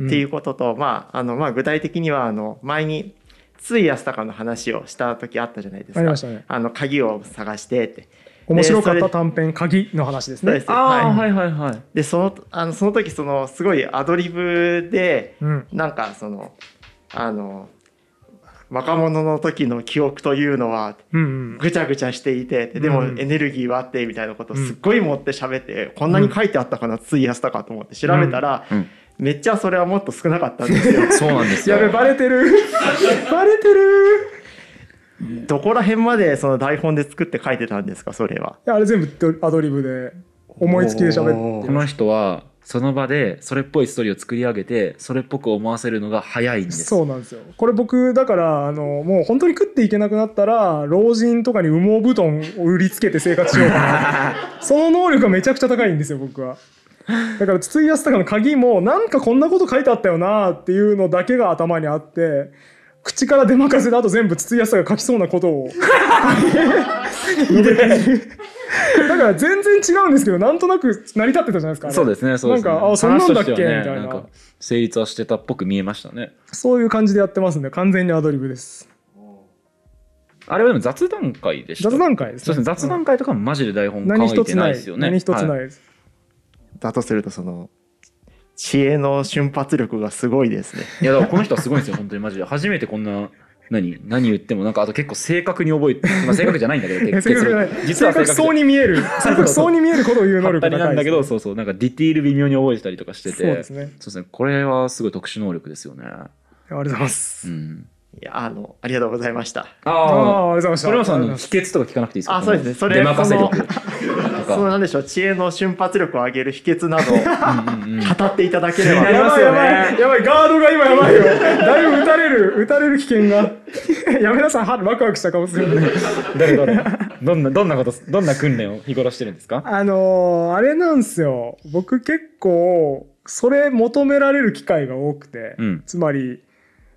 っていうことと、まああのまあ具体的にはあの前につい安高の話をした時あったじゃないですありかま。したね。あの鍵を探してって。面白かっでそたれ短編鍵の話ですね。そうですはいいはいはい。でそのあのその時そのすごいアドリブでうん。なんかそのあの若者の時の記憶というのはうんうん。ぐちゃぐちゃしていてでもうんエネルギーはあってみたいなことをうんすっごい持って喋って、こんなに書いてあったかな費やしたかと思って調べたら、うんうんめっちゃそれはもっと少なかったんですよ そうなんですよ。やべ、バレてる。バレてる。どこら辺までその台本で作って書いてたんですかそれはいやあれ全部アドリブで思いつきで喋っこの人は、その場でそれっぽいストーリーを作り上げて、それっぽく思わせるのが早いんでて。す。そうなんですよこれ僕だからあのもう本当に食っていけなくなったら老人とかに羽毛布団を売りつけて生活しようかな その能力がめちゃくちゃ高いんですよ僕は。だから筒井康隆の鍵もなんかこんなこと書いてあったよなっていうのだけが頭にあって口から出まかせであと全部筒井康隆が書きそうなこと をだから全然違うんですけどなんとなく成り立ってたじゃないですかあれそうですね、そうですね。なんかあそんなんだっ話けとしてはねみたいなんか成立はしてたっぽく見えましたね。そういう感じでやってますんで完全にアドリブですあれはでも雑談会でした。雑談会です、そうですね、雑談会とかもマジで台本何書い一てつなないいですよね。何一つないい。です、だとするとその知恵の瞬発力がすごいですねいや、だからこの人はすごいんですよ、本当にマジで。初めてこんな、何、何言っても、なんか、あと結構正確に覚えて、まあ、正確じゃないんだ けど、え結正確じゃない結論実正は正確確そうに見 える正確そうに見えることを言う能簡単力がに高なんいだけでど、すそうそう、なんかディティール微妙に覚えてたりとかしてて、そうですねそうですねこれはすごい特殊能力ですよね。ありがとうございますうん。いやあのありがとうございましたあああ、あありがとうございましたそれはさんの秘訣とか聞かなくていいですかあそうですねそれ出任せ力そと そのか。なんでしょう知恵の瞬発力を上げる秘訣な どをうんうんうん語っていただければやばいやばいやばいガードが今やばいよだいぶ打たれる打たれる危険が やめなさいはワクワクした顔する誰誰どんな、どんなこと、どんな訓練を日頃してるんですかあのーあれなんですよ僕結構それ求められる機会が多くて、うんつまり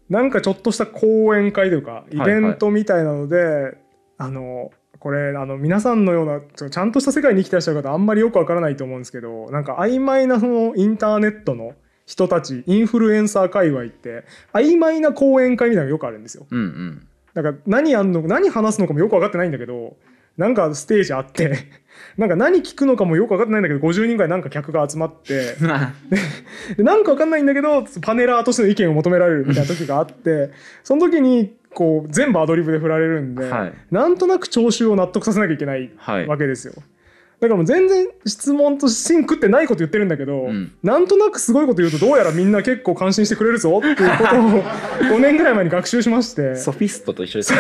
なんかちょっとした講演会というかイベントみたいなので、あのこれあの皆さんのようなちょちゃんとした世界に生きてらっしゃる方あんまりよくわからないと思うんですけどなんか曖昧なそのインターネットの人たちインフルエンサー界隈って曖昧な講演会みたいなのがよくあるんですよ。うんうん。なんか何やんの何話すのかもよく分かってないんだけどなんかステージあって なんか何聞くのかもよく分かってないんだけど50人ぐらいなんか客が集まって でなんか分かんないんだけどパネラーとしての意見を求められるみたいな時があってその時にこう全部アドリブで振られるんで、はいなんとなく聴衆を納得させなきゃいけないはいわけですよ。だからもう全然質問と芯食ってないこと言ってるんだけど、うんなんとなくすごいこと言うとどうやらみんな結構感心してくれるぞっていうことを 5年ぐらい前に学習しましてソフィストと一緒で すね。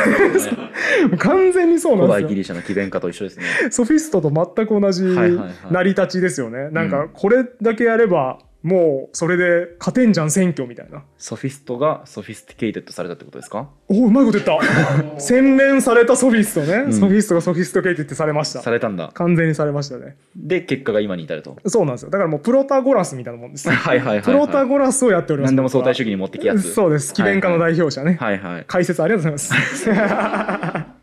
完全にそう古なん代でギすよリシャの奇弁家と一緒ですね。ソフィストと全く同じはいはいはい成り立ちですよね、なんうかこれだけやればもうそれで勝てんじゃん選挙みたいなソフィストがソフィスティケイテッドされたってことですかおおうまいこと言った 洗練されたソフィストね、うんソフィストがソフィストケイティってされましたされたんだ。完全にされましたねで、結果が今に至る と。そうなんですよだからもうプロタゴラスみたいなもんですはいはいはいはいプロタゴラスをやっております何でも相対主義義に持ってきやつ。そうです奇弁家の代表者ね、はいはい。解説ありがとうございます。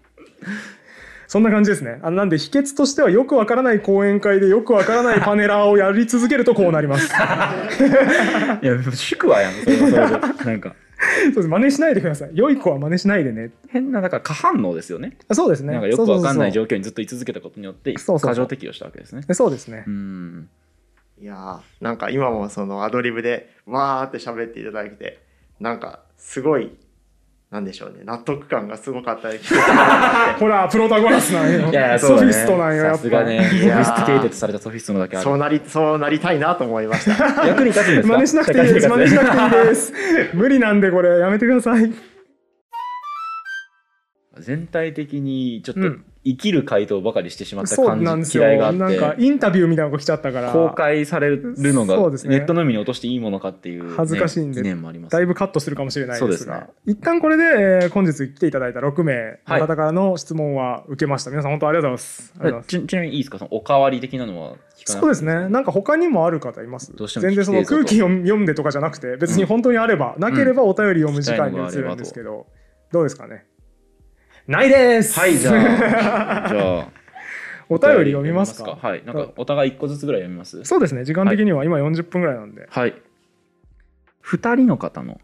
そんな感じですね。あのなんで秘訣としてはよくわからない講演会でよくわからないパネラーをやり続けるとこうなり ます。いや宿話やんそれはそれで なんかそうです真似しないでください。良い子は真似しないでね。変なだから過反応ですよねあそうですね。なんかよくわかんないそうそうそう状況にずっと居続けたことによってそうそうそう過剰適用したわけですねそうですねう。んいやーなんか今もそのアドリブでわーって喋っていただいてなんかすごいなんでしょうね納得感がすごかったです。ほらプロタゴラスなんよ。いやい やソそうフだィねストなんよやっさすがぱ。ねソフいやーィスティケイテッドされたソフィストのだけあそうるなりそうなりたいなと思いました。役に立つんですか真似しなくていいです。真似しなくていいです。無理なんでこれやめてください。 全体的にちょっとうん生きる回答ばかりしてしまったそうなん感ですじよ嫌いがあなんかってインタビューみたいなのが来ちゃったから公開されるのがそうですねネットのみに落としていいものかっていうね恥ずかしいんで疑念もありますだいぶカットするかもしれないですがそうで一旦これで、えー本日来ていただいた6名の方からの質問は受けました、皆さん本当ありがとうございますありがとうございまちすちなみにいいですかそのおかわり的なのは聞かなそうですねなんか他にもある方いますどうしても聞全きて然えぞそとの空気読み読んでとかじゃなくて別に本当にあれば、なければお便り読む時間にうん移るんですけど、どうですかねないですはいじ ゃあじゃあお便り読みますかはいなんかお互い一個ずつぐらい読みますそうですね時間的には今40分ぐらいなんで、はい2人の方の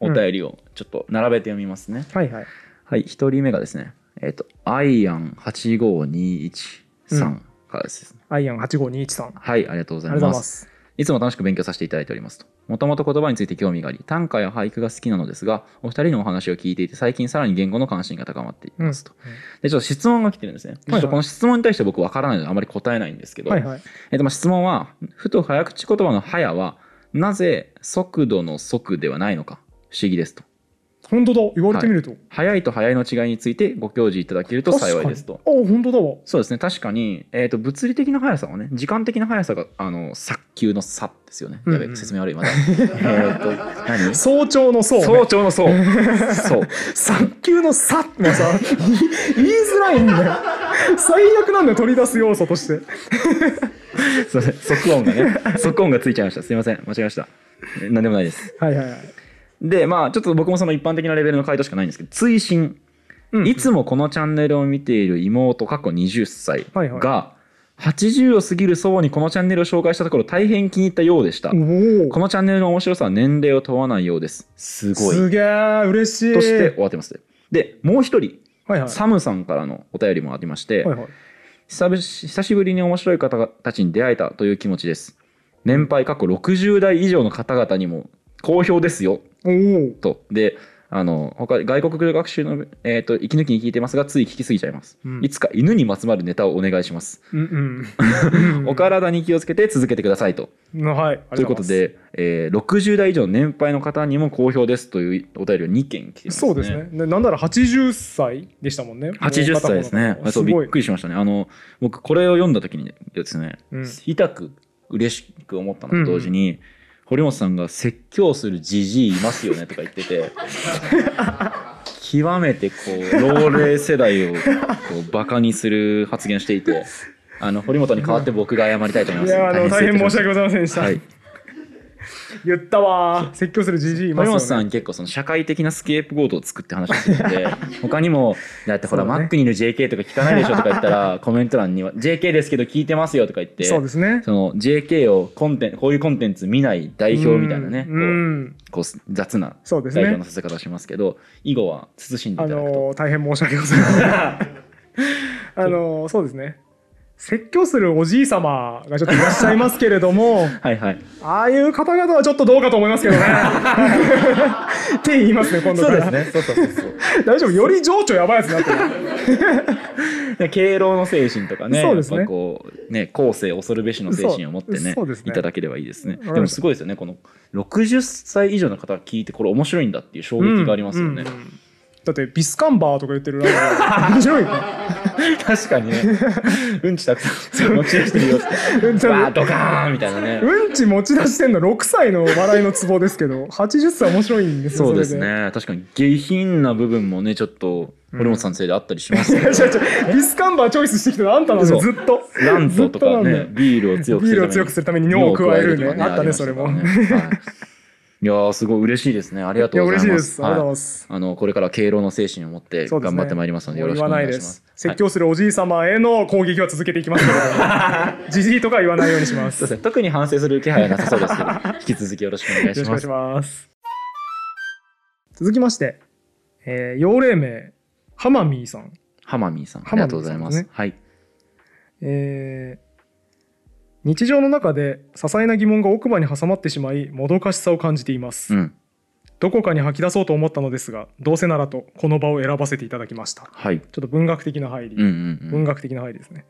お便りをちょっと並べて読みますね、はいはいはい1人目がですねえっ、とアイアン85213からですね、アイアン8521さんありはいありがとうござがいとうございまますすいつも楽しく勉強させていただいておりますと。もともと言葉について興味があり、短歌や俳句が好きなのですが、お二人のお話を聞いていて、最近さらに言語の関心が高まっていますと。うんうんで、ちょっと質問が来てるんですね。はいはいちょっとこの質問に対して僕わからないので、あまり答えないんですけど、はいはいえっと、まあ質問は、ふと早口言葉の早は、なぜ速度の速ではないのか、不思議ですと。本当だ言われてみると、早いと早いの違いについてご教示いただけると幸いですと。確かにあ本当だわそうですね確かに、えー、と物理的な速さはね時間的な速さがあの早急の差ですよね。うんうんやべ説明悪 いまだ。えっと何早朝のそう、ね、早朝の そうそう早急のさもさ言いづらい んだよ最悪なんだよ取り出す要素として すいません即音がね即音がついちゃいましたすいません間違えましたえ何でもないですはいはいはい、でまあちょっと僕もその一般的なレベルの回答しかないんですけど追伸うんいつもこのチャンネルを見ている妹過去20歳はいはいが80を過ぎる祖母にこのチャンネルを紹介したところ大変気に入ったようでした、おこのチャンネルの面白さは年齢を問わないようですすおごいすげえ嬉しいとして終わってますでもう一人、はいはいサムさんからのお便りもありまして、はいはい久々久しぶりに面白い方たちに出会えたという気持ちです年配過去60代以上の方々にも好評ですよおーとであの他外国語学習の、えー、と息抜きに聞いてますがつい聞きすぎちゃいます、うんいつか犬にまつわるネタをお願いします、うんうん、うんお体に気をつけて続けてくださいとはいあといりうがことございで、えー60代以上の年配の方にも好評ですというお便りを2件来てまますすそうですねでなんなら80歳でしたもんね80歳ですねもう片方の方そうすびごっいくりしましたねあの僕これを読んだ時にですね、うん痛く嬉しく思ったのと同時に、堀本さんが「説教するじじいいますよね」とか言ってて極めてこう老齢世代をこうバカにする発言していてあの堀本に代わって僕が謝りたいと思いまいす。やあの大変申し訳ございございませんでした、はい、言ったわー説教するじじいいます堀よ、本ね、さん結構その社会的なスケープゴートを作って話をしてるの で他にも「だってほら、そうだマねックにいる JK とか聞かないでしょ」とか言った らコメント欄には「JK ですけど聞いてますよ」とか言ってそうですねその JK をコンテンこういうコンテンツ見ない代表みたいなねうんうんこうこう雑なそうです代表ねのさせ方をしますけど以後は慎んであいただくと。のー大変申し訳ございませんあのーそうですね説教するおじい様がちょっといらっしゃいますけれどもはいはい、ああいう方々はちょっとどうかと思いますけどねって言いますね今度そかうでらす ねそうそうそうそう大丈夫より情緒やばいやつになってるで敬老の精神とかねそうですねやっぱこうね後世恐るべしの精神を持ってそうねそうですねいただければいいですねかりましたでもすごいですよねこの60歳以上の方が聞いてこれ面白いんだっていう衝撃がありますよね、うんうんだってビスカンバーとか言ってるラーメン面白いよ確かにねうんちたくさん持ち出してる よってうんちゃんわードカーンみたいなねうんち持ち出してんの6歳の笑いのツボですけど80歳面白いんですよそうですれね確かに下品な部分もねちょっと堀本さんのせいであったりしますいけやど、違う違うビスカンバーチョイスしてきたのあんたなんだよそずうっとラントとかずっとなねんビールを強くビールを強くするために尿を加えるね尿を加とかあったねそれもありましたからねはいいやーすごい嬉しいですねありがいとやうござい嬉ますしいですありがとうございはまいすあのこれから敬老の精神を持ってそうです頑ね張ってまいりますのでよろしくお願いしますもう説教するおじい様への攻撃は続けていきま すのでじじいとかは言わないようにしまそうす。よですね特に反省する気配はなさそうですけど 引き続きよろしくお願ろいししくお願まいしすます。続きまして、えー、幼霊名、ハマミーさん。ハマミーさんあハりマミーさがとうんございまですすねはいえー日常の中で些細な疑問が奥歯に挟まってしまいもどかしさを感じています、うんどこかに吐き出そうと思ったのですがどうせならとこの場を選ばせていただきましたはいちょっと文学的な入り、うんうんう文ん学的な入りですね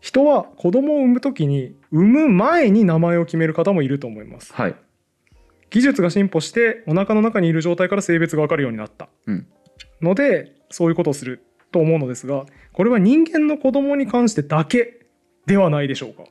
人は子供を産む時に産む前に名前を決める方もいると思いますはい技術が進歩してお腹の中にいる状態から性別が分かるようになったうんのでそういうことをすると思うのですがこれは人間の子供に関してだけではないでしょうか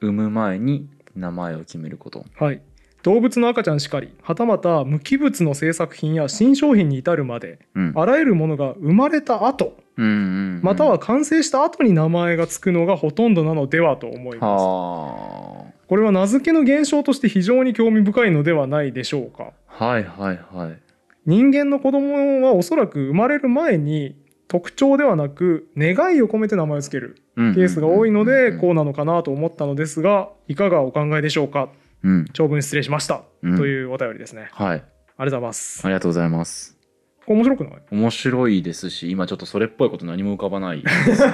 産む前に名前を決めることはい、動物の赤ちゃんしかりはたまた無機物の製作品や新商品に至るまでうんあらゆるものが生まれた後うんうんうんまたは完成した後に名前がつくのがほとんどなのではと思いますはこれは名付けの現象として非常に興味深いのではないでしょうかあはいはいはい人間の子供はおそらく生まれる前に特徴ではなく願いを込めて名前をつけるケケースが多いのでこううなのかなと思ったのですがいかがお考えでしょうかんうんうん、長文失礼しましたうんというお便りですねはいありがとうございますありがとうございますこれ面白くない面白いですし今ちょっとそれっぽいこと何も浮かばないです ね、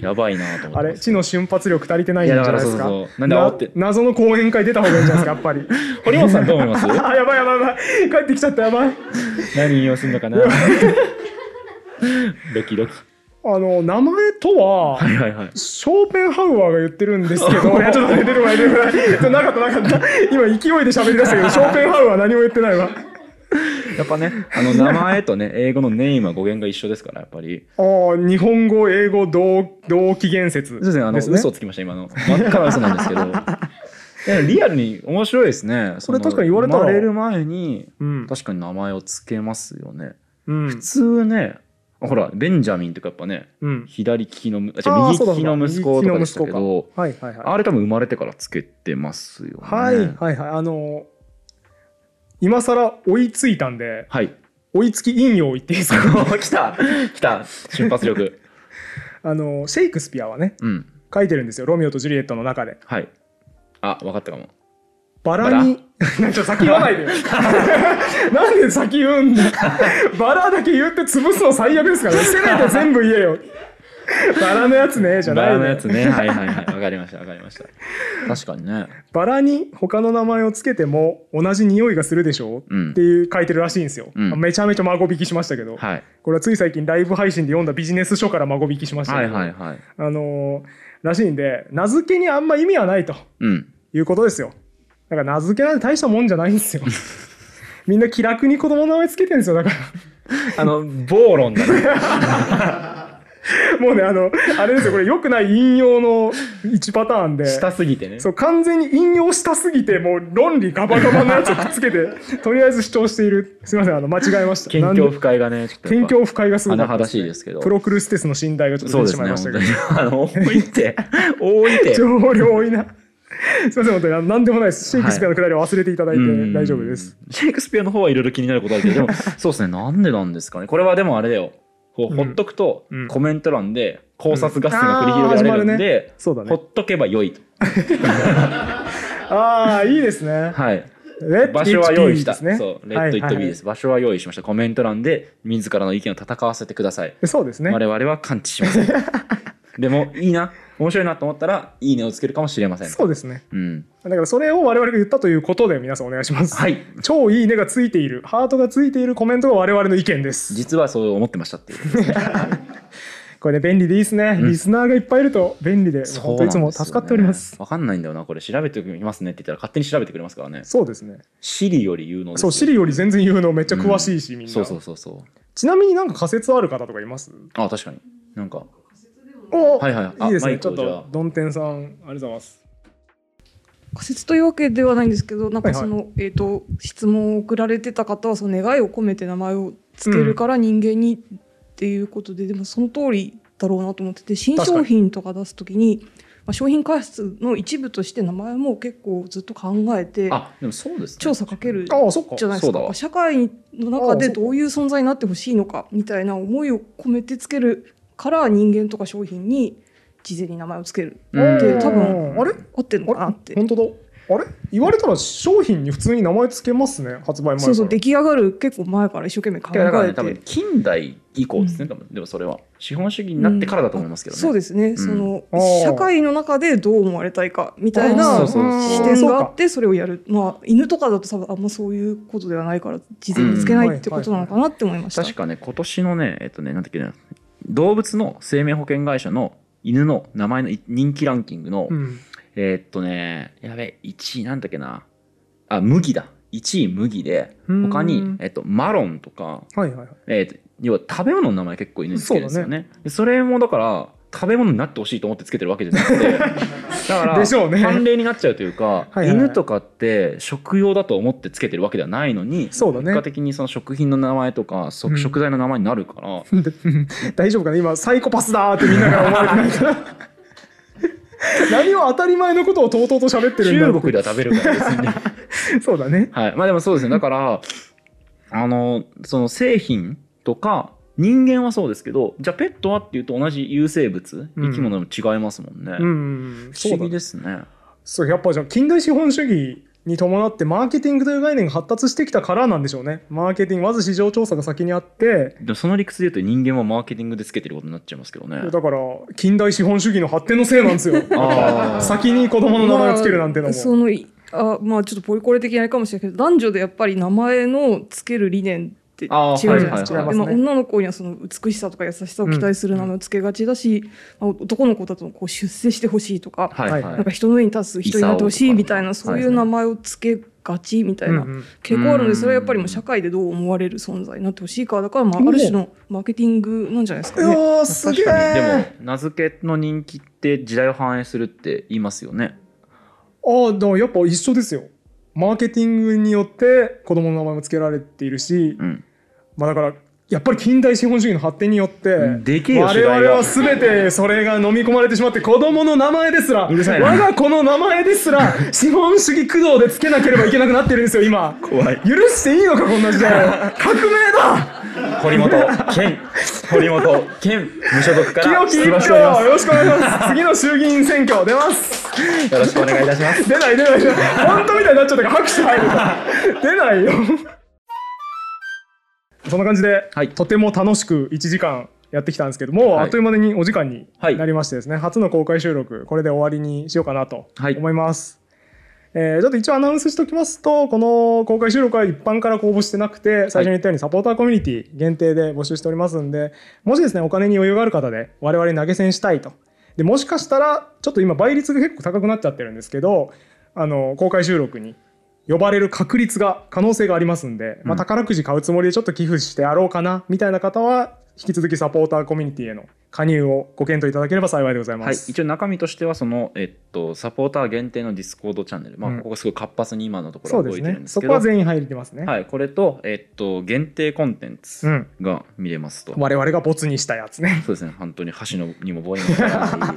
やばいなと思ってあれます地の瞬発力足りてないんいじやゃだなからいそでうすそうかそうなんで煽ってな謎の講演会出た方がいいんじゃないですかやっぱり 堀本さんどう思い ますあやばいやばいやばい帰ってきちゃったやばい何引用するの かなドキドキあの名前とははいはいはいショーペンハウアーが言ってるんです けどいやちょっと待って出るわ出るわちょっとなかったなかった今勢いで喋り出したけどショーペンハウアー何も言ってないわやっぱねあの名前とね英語のネイムは語源が一緒ですからやっぱりあー日本語英語同同期言説そうですねあのですね嘘をつきました今の真っ赤な嘘なんですけ どいやリアルに面白いですねそのこれ確かに言われたら生まれる前にうん、確かに名前をつけますよねうん普通ねほらベンジャミンとかやっぱねうん、左利きのむああー違うそうだ右利きの息子とかでしたけ右利どはいはいはいあれ多分生まれてからつけてますよねはいはいはいあの今更追いついたんではい 追いつき引用言っていいですか 来た来た瞬発力あのシェイクスピアはねうん書いてるんですよ「ロミオとジュリエット」の中ではいあ分かったかもバラにちょっと先言わないでよ なんで先言うん だバラだけ言って潰すの最悪ですからねせめて全部言えよバラのやつねじゃないバのラのやつねはいはいはい分かりました分かりました確かにねバラに他の名前をつけても同じ匂いがするでしょう、うんっていう書いてるらしいんですよ、うんめちゃめちゃ孫引きしましたけど、はいこれはつい最近ライブ配信で読んだビジネス書から孫引きしましたはけいど、はいはいあのーらしいんで名付けにあんま意味はないとうんいうことですよだから名付けなんて大したもんじゃないんで すよみんな気楽に子供の名前つけてるんですよだかあの暴論だねらもうねあのあれですよこれ良くない引用の1パターンで下すぎてねそう完全に引用したすぎてもう論理ガバガバのやつをくっつ けてとりあえず主張しているすいませんあの間違えました謙なんで虚不快がねちょっとやっ謙ぱ虚不快がすごかった甚だしいですけどプロクルステスの信頼がちょっそとう出でてしすまいねまし本た当けどにあの多い って多いって情量多いな。すみません、本当にあの何でもないです。シェイクスピアのくだりを忘れていただいてうん大丈夫です。。シェイクスピアの方はいろいろ気になることあるけど、でも そうですね、なんでなんですかね。これはでもあれだよ。こううほんっとくとうんコメント欄で考察合戦が繰り広げられるんで、そうだほね。っとけば良いと。ああ、いいですね。はい。レッド場所は用意した。ですね。そう、レッド・イット・ビーです。場所は用意しました。コメント欄で自らの意見を戦わせてください。す。そうですね。我々は感知しま せん。でもいいな、面白いなと思ったら、いいねをつけるかもしれません。そうですね。うん。だからそれを我々が言ったということで皆さんお願いします。はい。超いいねがついている、ハートがついているコメントが我々の意見です。実はそう思ってましたっていうことですね。これね、便利でいいですね。うんリスナーがいっぱいいると便利で、本当いつも助かっております。わかんないんだよな、これ調べてみますねって言ったら勝手に調べてくれますからね。そうですね。シリより有能ですそよう、シリより全然言うのめっちゃ詳しいし、みんな。そうそうそうそう。ちなみになんか仮説ある方とかいますあ、確かに。なんか、おはいはいあいですマね。イちクょをっじゃあと、どんてんさん、ありがとうございます。仮説というわけではないんですけどなんかはいはそいの、えー、と質問を送られてた方はその願いを込めて名前をつけるから人間にっていうことで、でもその通りだろうなと思ってて新確か商に品とか出す時にまあ、商品開発の一部として名前も結構ずっと考えてあでもそうですね調査かけるああそっかじゃないですそうだかわ社会の中でどういう存在になってほしいのかみたいな思いを込めてつけるから人間とか商品に事前に名前をつけるうんで多分あれ合ってるのかなあってれ本当だあれ言われたら商品に普通に名前つけますね発売前からそうそう出来上がる結構前から一生懸命考いやだからえね多て分近代以降ですね、多分でもそれは資本主義になってからだと思いますけどね、そうですね、んそのあー社会の中でどう思われたいかみたあいーそなうそうそう視点があってそれをやるまあ犬とかだと多分あんまそういうことではないから事前につけないってことなのかなって思いました、確かね今年のねえっとねなんだっけな動物の生命保険会社の犬の名前のい人気ランキングの、うんえーっとねやべ1位なんだっけなあ麦だ1位麦でうん他に、えっと、マロンとか、はいはいはいえーっと要は食べ物の名前結構犬につけるんですよねでそれもだから食べ物になってほしいと思ってつけてるわけじゃなく てだからでしょうね慣例になっちゃうというかはいはいはい犬とかって食用だと思ってつけてるわけではないのにそうだ結果ね的にその食品の名前とかそうん食材の名前になる から、大丈夫かな今サイコパスだーってみんなから思われてないから 何を当たり前のことをとうとうと喋ってるんだろう中国では食べるからですねそうだねはいまあでもそうですねだからあのその製品とか人間はそうですけどじゃあペットはっていうと同じ有生物うん生き物でも違いますもんね、うん不そう思だ議ねですねそうやっぱじゃあ近代資本主義に伴ってマーケティングという概念が発達してきたからなんでしょうねマーケティングまず市場調査が先にあってでもその理屈で言うと人間はマーケティングでつけてることになっちゃいますけどねだから近代資本主義の発展のせいなんですよあー先に子供の名前をつけるなんてのも、そのいあまあちょっとポリコレ的なあれかもしれないけど男女でやっぱり名前のつける理念って違あうーじゃないはいですか、はいはいでまあ女の子にはその美しさとか優しさを期待する名前をつけがちだし、まあ、男の子だとこう出世してほしいとか、はいはい、はなんか人の上に立つ人になってほしいみたいな功とかそねういう名前をつけがちみたいなうんうん傾向あるのうんでそれはやっぱりもう社会でどう思われる存在になってほしいからだからまあある種のマーケティングなんじゃないですかね。うわーすげ確かにでえも名付けの人気って時代を反映するって言いますよねああでもやっぱ一緒ですよマーケティングによって子供の名前もつけられているし、うんまあだからやっぱり近代資本主義の発展によって、でけえよ我時代々がは全てそれが飲み込まれてしまって子供の名前ですらうるさいな我が子の名前で すら資本主義駆動でつけなければいけなくなってるんですよ今怖い許していいのかこんな時 代を革命だ堀本 健堀本健無所属か清らき出一馬して票おりまよろしくお願いします次の衆議院選挙出ますすよろしくお願いいたします出ない出ない出 ない本当みたいになっちゃったから拍手入るから出ないよそんな感じで、はいとても楽しく1時間やってきたんですけども、はいあっという間にお時間にはいなりましてですね、初の公開収録これで終わりにしようかなとはい思います、えーちょっと一応アナウンスしておきますとこの公開収録は一般から公募してなくて最初に言ったようにサポーターコミュニティ限定で募集しておりますんでもしですねお金に余裕がある方で我々に投げ銭したいとでもしかしたらちょっと今倍率が結構高くなっちゃってるんですけどあの公開収録に呼ばれる確率が可能性がありますんで、まあ、うん宝くじ買うつもりでちょっと寄付してやろうかなみたいな方は引き続きサポーターコミュニティへの加入をご検討いただければ幸いでございはまい、す。一応中身としてはその、えっと、サポーター限定のディスコードチャンネル、まあ、うんここがすごい活発に今のところそはうで動すいてるんね。ですそけこどは全員入れてますね。はい、これと、えっと、限定コンテンうツん。が見れますと、我々がボツにしたやつね。 そうですね本当に箸のにも棒にもならな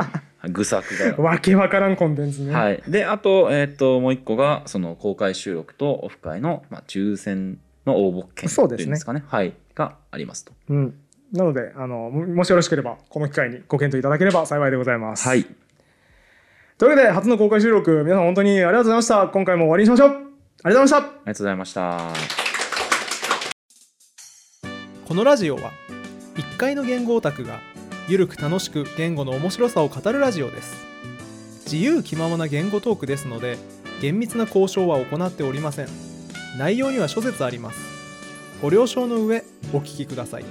い愚策 がわけわからんコンテンツね。はい、であと,、えー、ともう一個がその公開収録とオフ会の、まあ、抽選の応募券そうとですねいうんですかねはい、がありますと。うん。なのであの、ももしよろしければ、この機会にご検討いただければ幸いでございます。はい、というわけで、初の公開収録、皆さん本当にありがとうございました。今回も終わりにしましょう。ありがとうございました。ありがとうございました。このラジオは1階の言語オタクがゆるく楽しく言語の面白さを語るラジオです自由気ままな言語トークですので厳密な交渉は行っておりません内容には諸説ありますご了承の上お聞きください